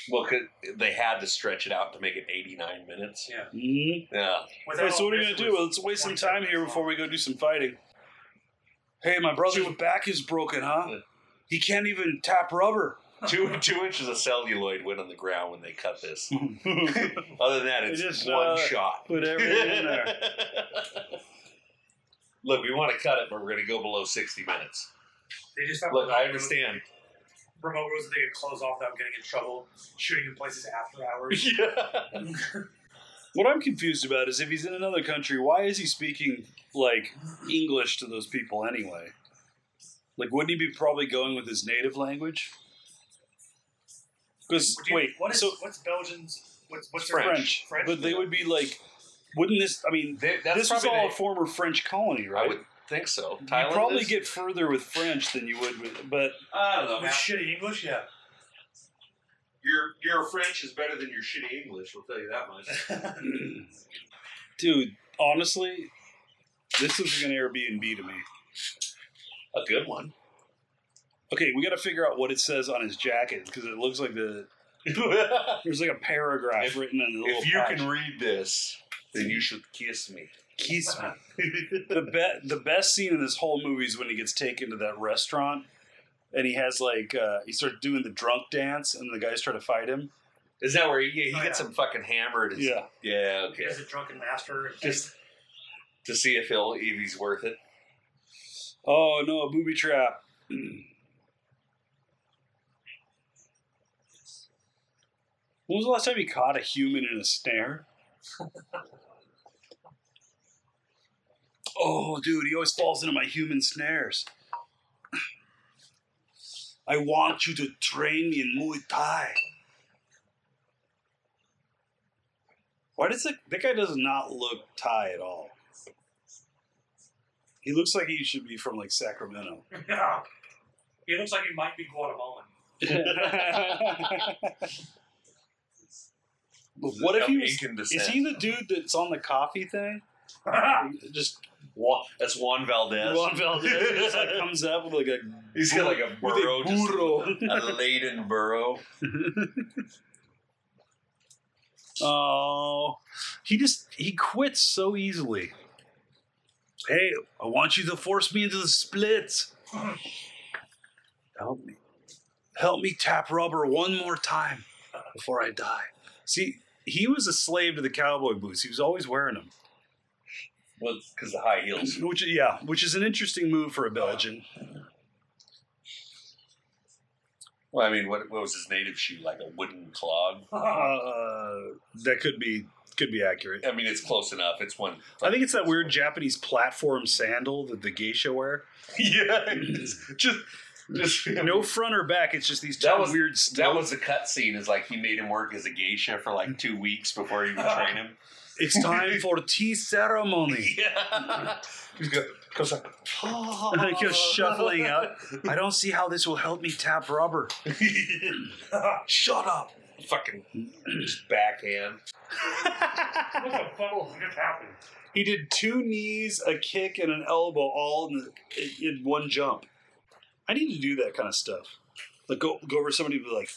S2: well, 'cause they had to stretch it out to make it 89 minutes.
S4: Yeah.
S1: Mm.
S2: Yeah.
S4: Without
S1: Wait, so
S4: all
S1: what are we
S4: this,
S1: gonna
S4: it
S1: do?
S4: was-
S1: Let's waste some
S4: 27
S1: time here
S4: minutes
S1: before we go do some fighting. Hey, my brother's back is broken, huh? He can't even tap rubber.
S2: Two, two inches of celluloid went on the ground when they cut this. Other than that,
S1: They
S2: it's
S1: just,
S2: one
S1: uh,
S2: shot.
S1: Put everything in there.
S2: Look, we want to cut it, but we're going to go below 60 minutes.
S4: They just have
S2: Look,
S4: remote
S2: I
S4: rooms-
S2: understand.
S4: Remote rules that they could close off without getting in trouble, shooting in places after hours.
S1: What I'm confused about is if he's in another country, why is he speaking like English to those people anyway? Like, wouldn't he be probably going with his native language? Because
S4: Would you-
S1: wait,
S4: what is
S1: so
S4: what's Belgians? What's what's their-
S1: French.
S4: French.
S1: but they would be like, wouldn't this? I mean,
S2: They- that's
S1: this was
S2: probably
S1: all a
S2: the-
S1: former French colony, right?
S2: I would think so.
S1: you
S2: Thailand
S1: probably
S2: is?
S1: get further with French than you would with, but
S2: I don't know.
S4: With
S2: man.
S4: shitty English, yeah.
S2: Your your French is better than your shitty English. We'll tell you that much.
S1: dude, honestly, this is an Airbnb to me.
S2: A good one.
S1: Okay, we got to figure out what it says on his jacket because it looks like the
S2: if
S1: there's like a paragraph
S2: If-
S1: written in the little.
S2: you
S1: patch.
S2: can read this, then you should kiss me.
S1: kiss me. the be- the best scene in this whole movie is when he gets taken to that restaurant. And he has like uh, he starts doing the drunk dance, and the guys try to fight him.
S2: Is that where he, yeah, he
S4: Oh,
S2: gets
S4: yeah.
S2: him fucking hammered? and-
S1: Yeah,
S2: Yeah.
S4: Okay.
S2: Okay.
S4: As a drunken master,
S2: Just to see if he'll if he's worth it.
S1: Oh no, a booby trap. when was the last time you caught a human in a snare? oh, dude, he always falls into my human snares. I want you to train me in Muay Thai. Why does that, that guy does not look Thai at all? He looks like he should be from like Sacramento.
S4: yeah. He looks like he might be Guatemalan.
S1: but what if he was?
S2: Jamaican
S1: Is
S2: descent.
S1: he the dude that's on the coffee thing? Just
S2: Juan, that's Juan Valdez.
S1: Juan Valdez like, comes up with like a
S2: He's got like a
S1: with a
S2: burrow, just
S1: burro.
S2: a laden burrow.
S1: Oh, he just he quits so easily. Hey, I want you to force me into the splits. Help me. Help me tap rubber one more time before I die. See, he was a slave to the cowboy boots. He was always wearing them.
S2: Because the high heels.
S1: Which yeah, which is an interesting move for a Belgian.
S2: Well, I mean, what, what was his native shoe? Like a wooden clog?
S1: Uh, that could be could be accurate.
S2: I mean, it's close enough. It's one.
S1: I think it's that weird Japanese platform sandal that the geisha wear.
S2: yeah. Just, just, just
S1: No front or back. It's just these two
S2: That was-
S1: weird.
S2: That
S1: stuff.
S2: was the cut scene. Is like he made him work as a geisha for like two weeks before he would train him.
S1: It's time for tea ceremony.
S2: Yeah. He's go- goes like,
S1: Like you're shuffling out. I don't see how this will help me tap rubber. Shut up.
S2: Fucking just backhand.
S4: What the fuck just happened?
S1: He did two knees, a kick, and an elbow all in, the, in one jump. I need to do that kind of stuff. Like go go over somebody and be like,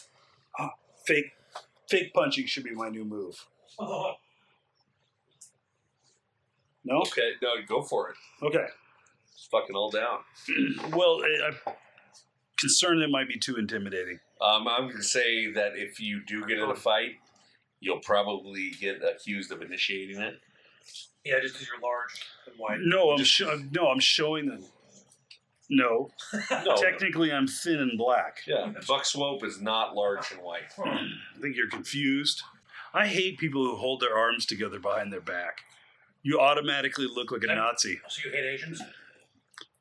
S1: "Huh, fake fake punching should be my new move. No?
S2: Okay, no, go for it.
S1: Okay.
S2: It's fucking all down.
S1: Well, I, I'm concerned it might be too intimidating.
S2: Um, I'm gonna say that if you do get in a fight, you'll probably get accused of initiating it.
S4: Yeah, just because you're large and wide.
S1: No, I'm sho- no, I'm showing them. No,
S2: No,
S1: Technically, I'm thin and black.
S2: yeah, Buck Swope is not large and white.
S1: I think you're confused. I hate people who hold their arms together behind their back. You automatically look like a
S4: That-
S1: Nazi.
S4: So you hate Asians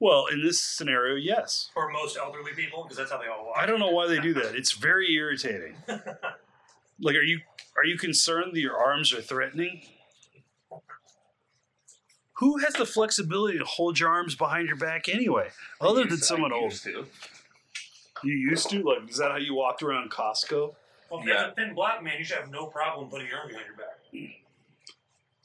S1: Well, in this scenario, yes.
S4: or most elderly people because that's how they all walk.
S1: I don't know why they do that. It's very irritating. Like, are you are you concerned that your arms are threatening? Who has the flexibility to hold your arms behind your back anyway, other than someone old? You used to like is that how you walked around Costco?
S4: Well, if
S2: Yeah.
S4: there's a thin black man, you should have no problem putting your arm behind your back.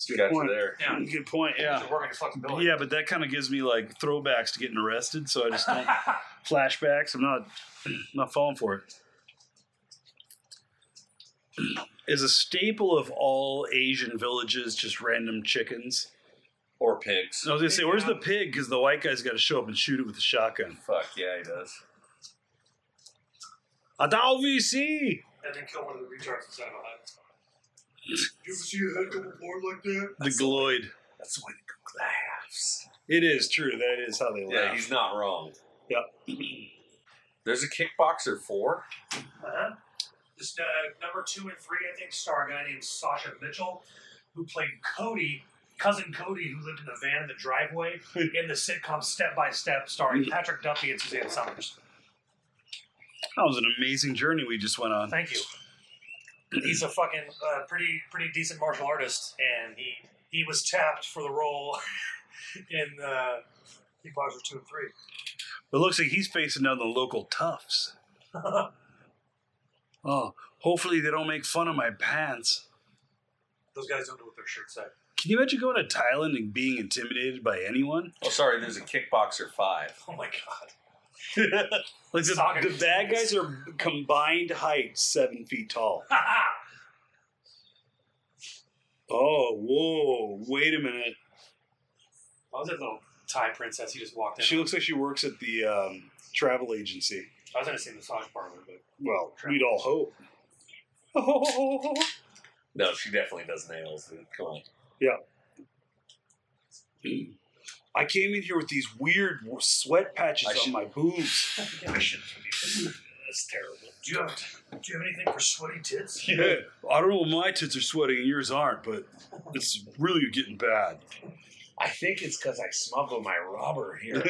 S1: Good
S2: Got you
S1: point.
S2: there.
S4: Yeah.
S1: Good point. Yeah.
S4: Just working your flexibility.
S1: Yeah, but that kind of gives me like throwbacks to getting arrested, so I just don't flashbacks. I'm not not falling for it. Is a staple of all Asian villages just random chickens?
S2: Or pigs.
S1: I was gonna say, where's the pig? Because the white guy's got to show up and shoot it with a shotgun.
S2: Fuck yeah, he does.
S1: Adal VC.
S4: and then kill one of the retards inside of a hut.
S3: You ever see a head go forward like that?
S1: The gloid.
S2: That's the way the laughs.
S1: It is true. That is how they
S2: Yeah,
S1: laugh.
S2: he's not wrong.
S1: Yep.
S2: There's a kickboxer four.
S4: Uh-huh. This, uh, number two and three, I think, star a guy named Sasha Mitchell, who played Cody, cousin Cody, who lived in the van in the driveway in the sitcom Step by Step, starring Patrick Duffy and Suzanne Summers.
S1: That was an amazing journey we just went on.
S4: Thank you. He's a fucking uh, pretty pretty decent martial artist, and he he was tapped for the role in uh, Kickboxer two and three.
S1: But it looks like he's facing down the local toughs. oh, hopefully they don't make fun of my pants.
S4: Those guys don't know what their shirts say.
S1: Can you imagine going to Thailand and being intimidated by anyone?
S2: Oh, sorry, there's a kickboxer five.
S4: Oh my god.
S1: Like the,
S4: Soccer.
S1: the bad guys are combined height seven feet tall. Oh, whoa! Wait a minute.
S4: I was that little Thai princess he just walked in.
S1: She
S4: on?
S1: looks like she works at the um, travel agency.
S4: I was gonna say massage parlor, but
S1: Well, we'd all hope. Oh,
S2: No, she definitely does nails. dude. Come on.
S1: I came in here with these weird sweat patches
S2: I
S1: on
S2: should-
S1: my boobs.
S4: I shouldn't be. That's terrible. Do you have Do you have anything for sweaty tits?
S1: Yeah, I don't know why my tits are sweating and yours aren't, but it's really getting bad.
S2: I think it's because I smuggled my robber here.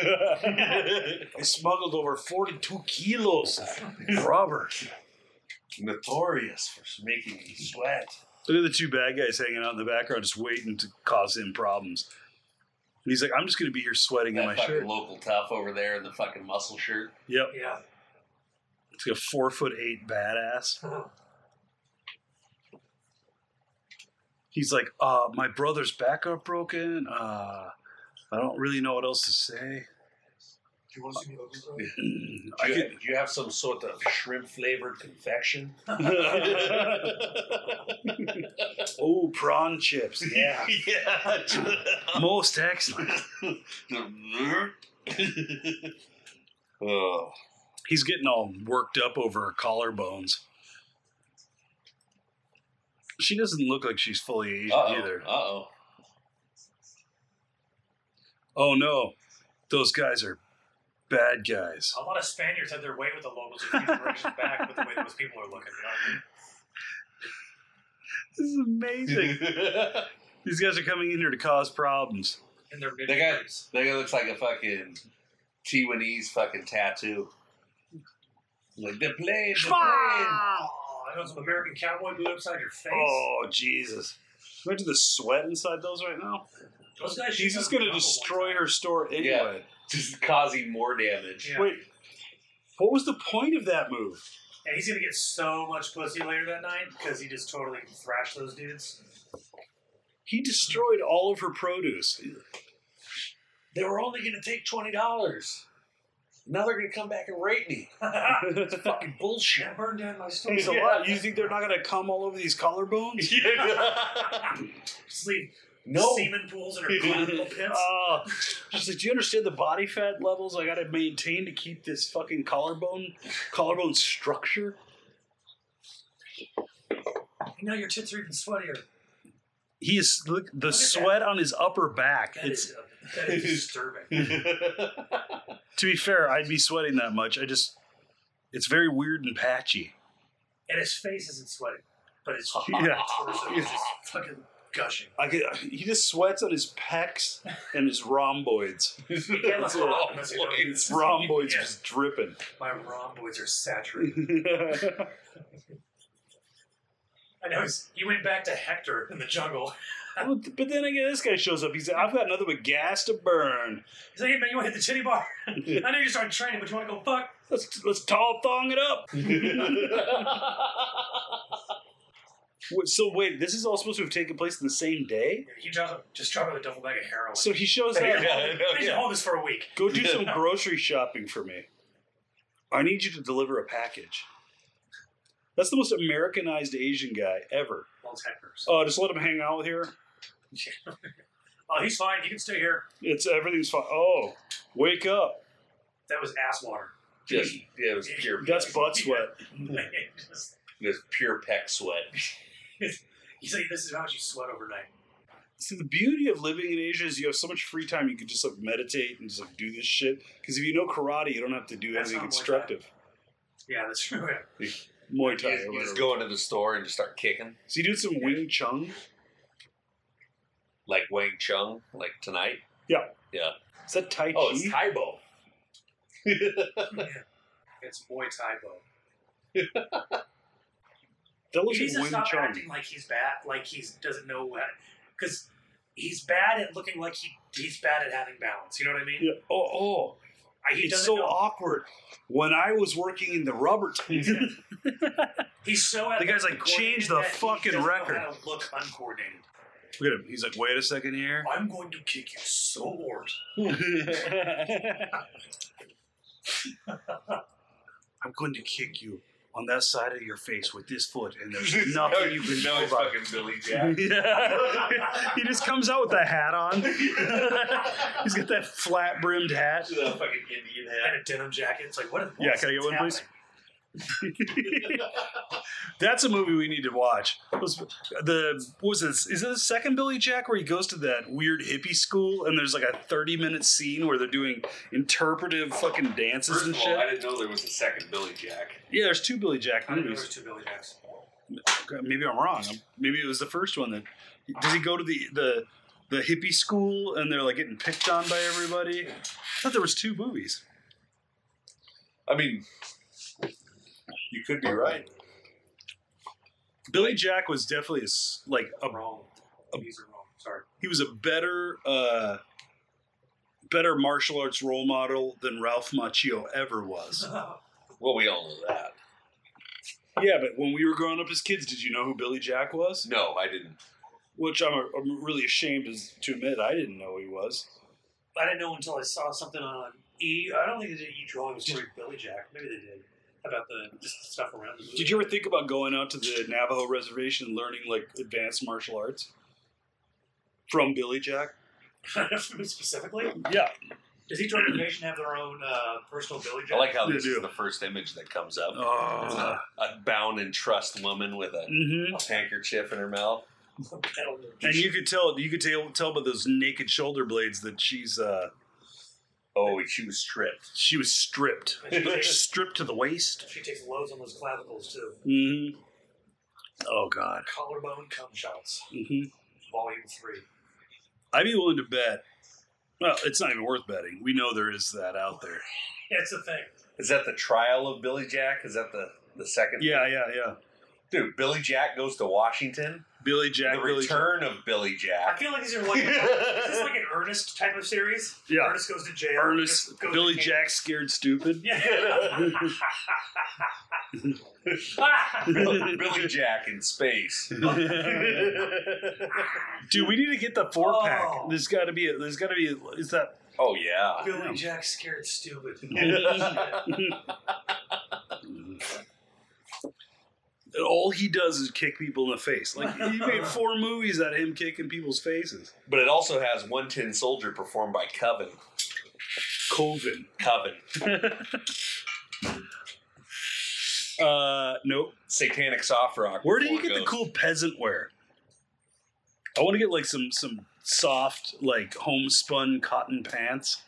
S1: I smuggled over 42 kilos of rubber.
S2: Notorious for making me sweat.
S1: Look at the two bad guys hanging out in the background, just waiting to cause him problems. And he's like, I'm just going to be here sweating in my
S2: That fucking
S1: shirt.
S2: local tough over there in the fucking muscle shirt.
S1: Yep.
S4: Yeah.
S1: It's like a four foot eight badass. He's like, uh, my brother's back are broken. Uh, I don't really know what else to say.
S4: Do you want to see me ugly, bro?
S1: I
S2: Do you,
S1: could,
S2: do you have some sort of shrimp flavored confection?
S1: oh, prawn chips. Yeah.
S2: yeah.
S1: Most excellent.
S2: oh.
S1: He's getting all worked up over her collarbones. She doesn't look like she's fully Asian either.
S2: Uh oh.
S1: Oh no, those guys are bad guys.
S4: A lot of Spaniards had their way with the locals a few generations back with the way those people are looking. You know what I mean?
S1: This is amazing.
S2: that
S1: These guys are coming in here to cause problems.
S4: And their mid
S2: They got-
S4: 30s.
S2: guy looks like a fucking Chiwanese fucking tattoo. Like they're playing. They're playing.
S4: Oh, I know some American cowboy boots outside your face.
S1: Oh Jesus! Imagine the sweat inside those right now.
S4: Those guys
S1: She's
S4: shoot
S1: just
S4: up
S1: gonna
S4: the jungle
S1: destroy
S4: one
S1: her store anyway.
S2: Just causing more damage.
S4: Yeah.
S1: Wait, what was the point of that move?
S4: time. And he's gonna get so much pussy later that night because he just totally thrashed those dudes.
S1: He destroyed all of her produce.
S2: They were only going to take twenty dollars. Now they're going to come back and rape me. It's fucking bullshit.
S4: I burned down my store.
S1: Thanks a lot. You think they're not gonna come all over these collarbones?
S4: Just leave
S2: no.
S4: semen pools in her clinical pits.
S1: Uh, she's like, do you understand the body fat levels I got to maintain to keep this fucking collarbone collarbone structure?
S4: now Uh, your tits are even sweatier.
S1: He is look the
S4: at that.
S1: sweat on his upper back.
S4: That
S1: It's
S4: is uh, that is disturbing.
S1: to be fair, I'd be sweating that much. I just it's very weird and patchy.
S4: And his face isn't sweating, but his
S1: Yeah.
S4: torso is just fucking gushing.
S1: I get, he just sweats on his pecs and his rhomboids.
S4: You can't let it out unless you know
S1: His
S4: this.
S1: rhomboids
S4: Yeah.
S1: just dripping.
S4: My rhomboids are saturated. I know he's, he went back to Hector in the jungle.
S1: Well, but then again, this guy shows up. He's like, I've got nothing but gas to burn.
S4: He's like, hey man, you want to hit the titty bar? I know you started training, but you want to go fuck?
S1: Let's let's tall thong it up. Wait, So wait, this is all supposed to have taken place in the same day.
S4: He dropped, a- just dropped a double bag of heroin.
S1: So he shows
S4: They
S1: up.
S4: should hold- they should hold this for a week.
S1: Go do some grocery shopping for me. I need you to deliver a package. That's the most Americanized Asian guy ever.
S4: Well, it's Hector. so-
S1: Oh, just let him hang out here.
S4: Oh, he's fine. You can stay here.
S1: It's everything's fine. Oh, wake up.
S4: That was ass water.
S2: Just yeah, it was pure.
S1: That's butt sweat.
S4: Just-
S2: It was pure peck sweat.
S4: he's like, this is how much you sweat overnight.
S1: See, the beauty of living in Asia is you have so much free time. You can just like meditate and just like do this shit. Because if you know karate, you don't have to do
S4: That's
S1: anything
S4: not Muay Thai.
S1: constructive.
S4: Yeah, that's true.
S1: Muay Thai.
S2: You
S1: or
S2: just, you just
S1: whatever.
S2: go into the store and just start kicking
S1: So you do some Wing Chun.
S2: like Wang Chung, like tonight.
S1: Is that Tai Chi?
S2: Oh, it's Taibo.
S4: Yeah. It's Muay Thai Bo.
S1: that
S4: He
S1: looks
S4: needs to
S1: like Wing
S4: stop
S1: Chun.
S4: acting like he's bad, like he doesn't know what, because he's bad at looking like he he's bad at having balance. You know what I mean?
S1: Yeah. Oh, oh,
S4: I- He
S1: it's
S4: doesn't
S1: so
S4: know.
S1: awkward. When I was working in the rubber tent,
S4: He's so
S1: The guy's like,
S4: uncoordinated
S1: "Change the
S4: that he
S1: fucking
S4: doesn't know
S1: record."
S4: how to look uncoordinated.
S1: look at him. He's like, wait a second here.
S4: I'm going to kick you so hard.
S1: I'm going to kick you on that side of your face with this foot, and there's nothing you can do
S2: No, it's
S1: about
S2: fucking Billy Jack.
S1: it. Yeah. he just comes out with a hat on. He's got that flat brimmed hat.
S2: the fucking Indian
S4: And a denim jacket. It's like, what? what
S1: Yeah,
S4: is
S1: can I get one, please?
S4: happening?
S1: That's a movie we need to watch. Was- The what was this? Is it the second Billy Jack where he goes to that weird hippie school and there's like a 30 minute scene where they're doing interpretive fucking dances
S2: First
S1: and
S2: of all, I
S1: shit?
S2: didn't know there was a second Billy Jack.
S1: Yeah, there's two Billy Jack
S4: I don't know.
S1: movies.
S4: There's two Billy Jacks.
S1: Maybe I'm wrong. Maybe it was the first one that does he go to the the the hippie school and they're like getting picked on by everybody? I thought there was two movies.
S2: I mean, you could be right.
S1: Billy Jack was definitely a s like a
S4: wrong. These are wrong. Sorry.
S1: he was a better uh better martial arts role model than Ralph Macchio ever was.
S2: Well, we all know that.
S1: Yeah, but when we were growing up as kids, did you know who Billy Jack was?
S2: No, I didn't.
S1: Which I'm, I'm really ashamed is- to admit I didn't know he was.
S4: I didn't know until I saw something on E. I don't think they did E drawing story with Billy Jack. Maybe they did about the just the stuff around the movie.
S1: Did you ever think about going out to the Navajo reservation and learning like advanced martial arts from Billy Jack?
S4: specifically?
S1: Yeah,
S4: Does each organization have their own uh, personal Billy
S2: I
S4: Jack?
S2: like how
S1: They
S2: this
S1: do.
S2: is the first image that comes up. It's
S1: Oh.
S2: a, a bound and trust woman with a
S1: hmm
S2: handkerchief in her mouth.
S4: I don't know.
S1: And you could tell you could tell tell by those naked shoulder blades that she's uh
S2: Oh, she was stripped.
S1: she was stripped.
S4: And she takes-
S1: stripped to the waist.
S4: She takes loads on those clavicles too.
S1: Mm-hmm. Oh god.
S4: Collarbone cum shots,
S1: hmm
S4: volume three.
S1: I'd be willing to bet. Well, it's not even worth betting. We know there is that out there.
S4: That's the thing.
S2: Is that the trial of Billy Jack? Is that the, the second?
S1: Yeah, yeah, yeah.
S2: Dude, Billy Jack goes to Washington.
S1: Billy Jack.
S2: the
S1: Billy Jack.
S2: return of Billy
S4: I
S2: Jack.
S4: feel like these are like. Is this like an Ernest type of series?
S1: Yeah.
S4: Ernest goes to jail.
S1: Ernest
S4: Ernest goes
S1: Billy
S4: to
S1: Jack scared stupid.
S4: Yeah.
S2: Billy Jack in space.
S1: Dude, we need to get the four pack.
S4: Oh.
S1: There's got to be. A, there's got to be. A, is that?
S2: Oh yeah.
S4: Billy Jack scared stupid.
S1: All he does is kick people in the face. Like you made four movies out of him kicking people's faces.
S2: But it also has one tin soldier performed by Coven.
S1: Coven.
S2: Coven.
S1: Uh, nope.
S2: Satanic soft rock.
S1: Where do you
S2: before
S1: get
S2: it
S1: the
S2: goes.
S1: cool peasant wear? I want to get like some some soft like homespun cotton pants.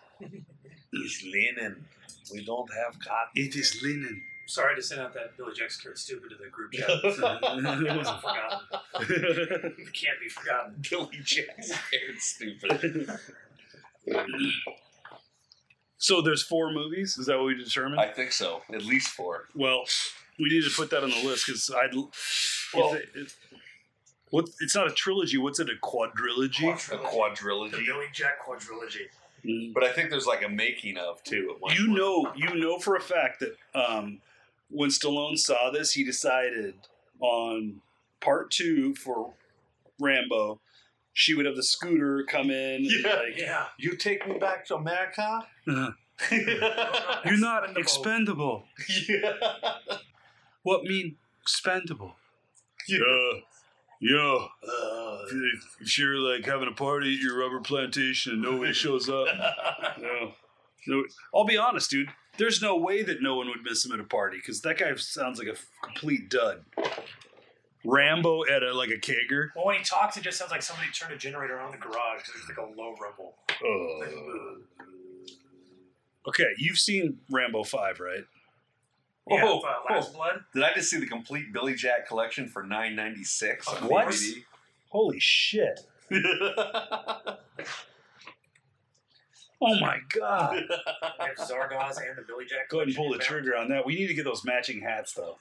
S2: It's linen. We don't have
S1: It is linen.
S4: Sorry to send out that Billy Jack scared stupid to the group chat. It wasn't
S2: cotton.
S4: forgotten. It can't be forgotten.
S2: Billy Jack scared stupid.
S1: so there's four movies. Is that what we determined?
S2: I think so. At least four.
S1: well, we need to put that on the list because I'd. if
S2: Well-
S1: it, it- what, it's not a trilogy. What's it? A quadrilogy?
S2: A
S4: The
S2: quadrilogy.
S4: Billy Jack quadrilogy.
S1: Mm.
S2: But I think there's like a making of too. At one
S1: you
S2: point.
S1: know you know for a fact that um, when Stallone saw this, he decided on part two for Rambo, she would have the scooter come in. and,
S2: Yeah.
S1: like,
S4: Yeah.
S2: You take me back to America?
S1: Uh-huh.
S2: yeah.
S1: You're not expendable. What mean expendable? Yeah, yeah.
S2: Uh,
S1: If, if you're like having a party at your rubber plantation and nobody shows up, no, no. I'll be honest, dude. There's no way that no one would miss him at a party because that guy sounds like a f- complete dud. Rambo at a like a kegger.
S4: Well, when he talks, it just sounds like somebody turned a generator on in the garage. 'cause There's like a low rumble.
S1: Ugh. okay, you've seen Rambo Five, right?
S4: Yeah,
S2: Oh,
S4: uh, Last
S2: oh.
S4: Blood.
S2: Did I just see the complete Billy Jack collection for nine ninety six?
S1: What? Holy shit! Oh my god!
S4: We have Zardoz and the Billy Jack.
S1: Go ahead and pull the
S4: collection in
S1: trigger on that. We need to get those matching hats though.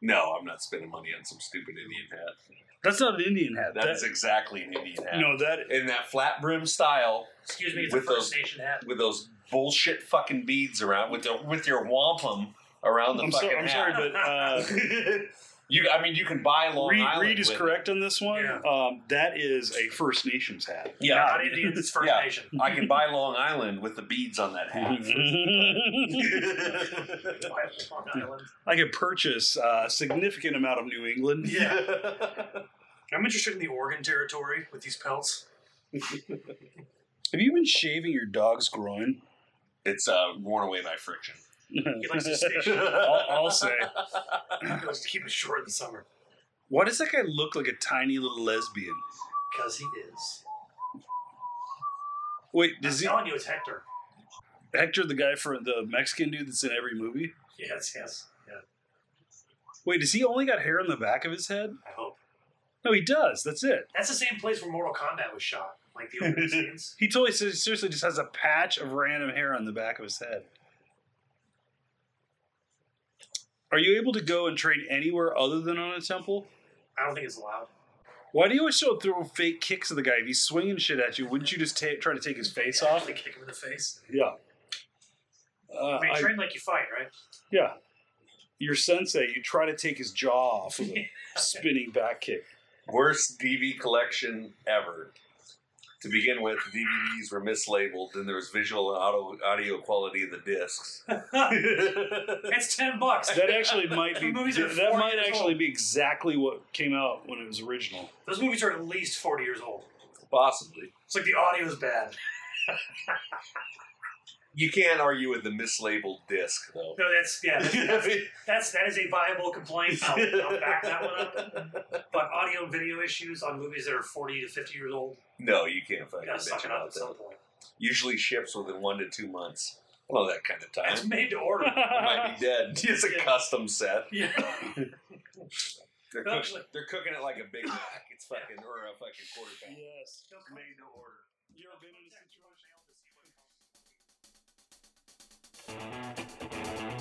S2: no, I'm not spending money on some stupid Indian hat.
S1: That's not an Indian hat.
S2: That is exactly an Indian hat.
S1: no, that
S2: In that flat brim style
S4: there. Excuse me, it's
S2: With
S4: a First
S2: those-
S4: Nation hat.
S2: with those bullshit fucking beads around with the with your wampum around the
S1: I'm,
S2: fucking
S1: so, I'm
S2: hat.
S1: sorry, but uh,
S2: you I mean you can buy Long
S1: Reed,
S2: Island.
S1: Reed is
S2: with it.
S1: correct on this one.
S4: Yeah.
S1: Um, that is a First Nations hat.
S2: Yeah.
S4: Not Indians, it's First
S2: Yeah.
S4: Nation.
S2: I can buy Long Island with the beads on that hat.
S4: Long Island.
S1: I could purchase uh, a significant amount of New England.
S4: I'm interested in the Oregon territory with these pelts.
S1: Have you been shaving your dog's groin?
S2: It's uh, worn away by friction.
S4: He likes to stay short.
S1: I'll, I'll say.
S4: He likes to keep it short in the summer.
S1: Why does that guy look like a tiny little lesbian?
S4: Because he is.
S1: Wait,
S4: I'm
S1: does he
S4: telling you, it's Hector.
S1: Hector the guy for the Mexican dude that's in every movie?
S4: Yes, yes. Yeah,
S1: Wait, does he only got hair on the back of his head?
S4: I hope.
S1: No, he does. That's it.
S4: That's the same place where Mortal Kombat was shot. Like the opening scenes.
S1: He totally says, seriously just has a patch of random hair on the back of his head. Are you able to go and train anywhere other than on a temple?
S4: I don't think it's allowed.
S1: Why do you always show throw fake kicks at the guy if he's swinging shit at you? Wouldn't you just ta try to take his face off?
S4: They kick him in the face.
S1: Yeah. Uh,
S4: I mean,
S1: I-
S4: train like you fight, right?
S1: yeah. Your sensei, you try to take his jaw off with a spinning back kick.
S2: Worst DV collection ever. To begin with, DVDs were mislabeled, and there was visual and audio, audio quality of the discs.
S4: It's ten bucks.
S1: That actually might be.
S4: The movies are
S1: That
S4: four
S1: might
S4: years
S1: actually
S4: old.
S1: be exactly what came out when it was original.
S4: Those movies are at least forty years old.
S2: Possibly.
S4: It's like the audio is bad.
S2: You can't argue with the mislabeled disc, though.
S4: No, that's yeah. That's, that's that is a viable complaint. I'll, I'll back that one up. But audio and video issues on movies that are forty to fifty years old,
S2: no, you can't
S4: you
S2: fucking
S4: gotta suck
S2: bitch
S4: it up at
S2: about that.
S4: some point.
S2: Usually ships within one to two months. Well, that kind of
S4: It's
S2: time.
S4: made to order.
S2: It might be dead. It's a
S4: Yeah.
S2: custom set.
S4: yeah.
S2: They're,
S4: No,
S2: cook-
S4: actually-
S2: they're cooking it like a Big Mac. It's fucking or a fucking quarter pound.
S1: Yes,
S4: Made to order.
S1: you ever been in a situation?